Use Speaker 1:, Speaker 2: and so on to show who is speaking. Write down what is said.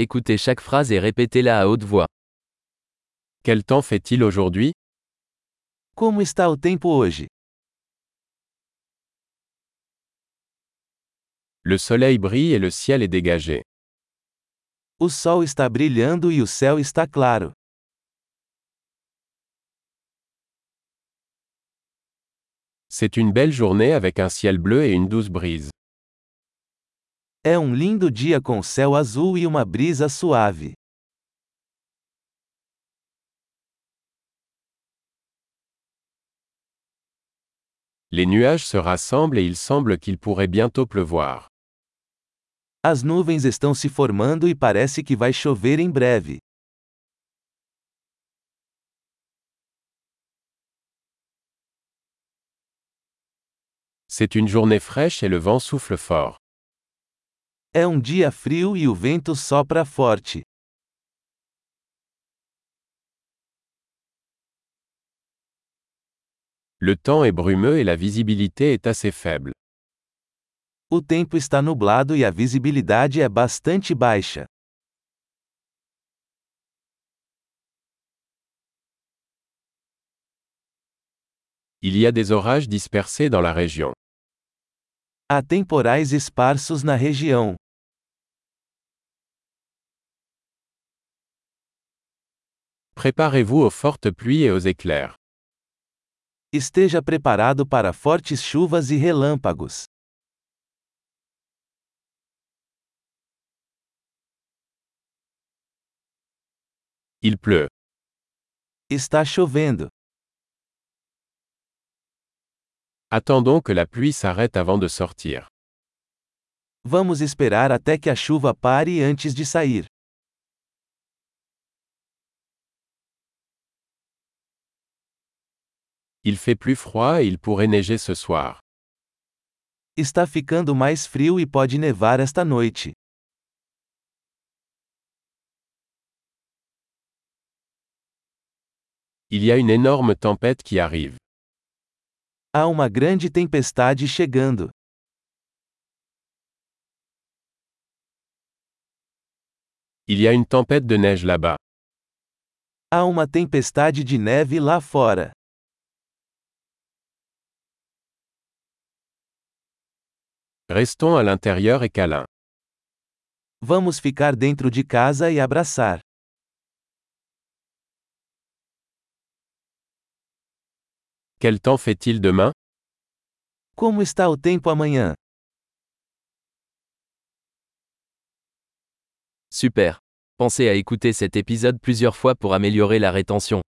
Speaker 1: Écoutez chaque phrase et répétez-la à haute voix. Quel temps fait-il aujourd'hui
Speaker 2: Como está o tempo hoje?
Speaker 1: Le soleil brille et le ciel est dégagé.
Speaker 2: O sol está brilhando e o céu está claro.
Speaker 1: C'est une belle journée avec un ciel bleu et une douce brise.
Speaker 2: É um lindo dia com céu azul e uma brisa suave.
Speaker 1: Les nuages se rassemblent et il semble qu'il pourrait bientôt pleuvoir.
Speaker 2: As nuvens estão se formando e parece que vai chover em breve.
Speaker 1: C'est une journée fraîche et le vent souffle fort.
Speaker 2: É um dia frio e o vento sopra forte.
Speaker 1: Le temps est brumeux et la visibilité est assez faible.
Speaker 2: O tempo está nublado e a visibilidade é bastante baixa.
Speaker 1: Il y a des orages dispersés dans la région.
Speaker 2: Há temporais esparsos na região.
Speaker 1: Préparez-vous aux fortes pluies et aux éclairs.
Speaker 2: Esteja preparado para fortes chuvas e relâmpagos.
Speaker 1: Il pleut.
Speaker 2: Está chovendo.
Speaker 1: Attendons que la pluie s'arrête avant de sortir.
Speaker 2: Vamos esperar até que a chuva pare antes de sair.
Speaker 1: Il fait plus froid et il pourrait neiger ce soir.
Speaker 2: Está ficando mais frio e pode nevar esta noite.
Speaker 1: Il y a une énorme tempête qui arrive.
Speaker 2: Há uma grande tempestade chegando.
Speaker 1: Il y a une tempête de neige là-bas.
Speaker 2: Há uma tempestade de neve lá fora.
Speaker 1: Restons à l'intérieur et câlin.
Speaker 2: Vamos ficar dentro de casa e abraçar.
Speaker 1: Quel temps fait-il demain
Speaker 2: Como está o tempo amanhã?
Speaker 1: Super. Pensez à écouter cet épisode plusieurs fois pour améliorer la rétention.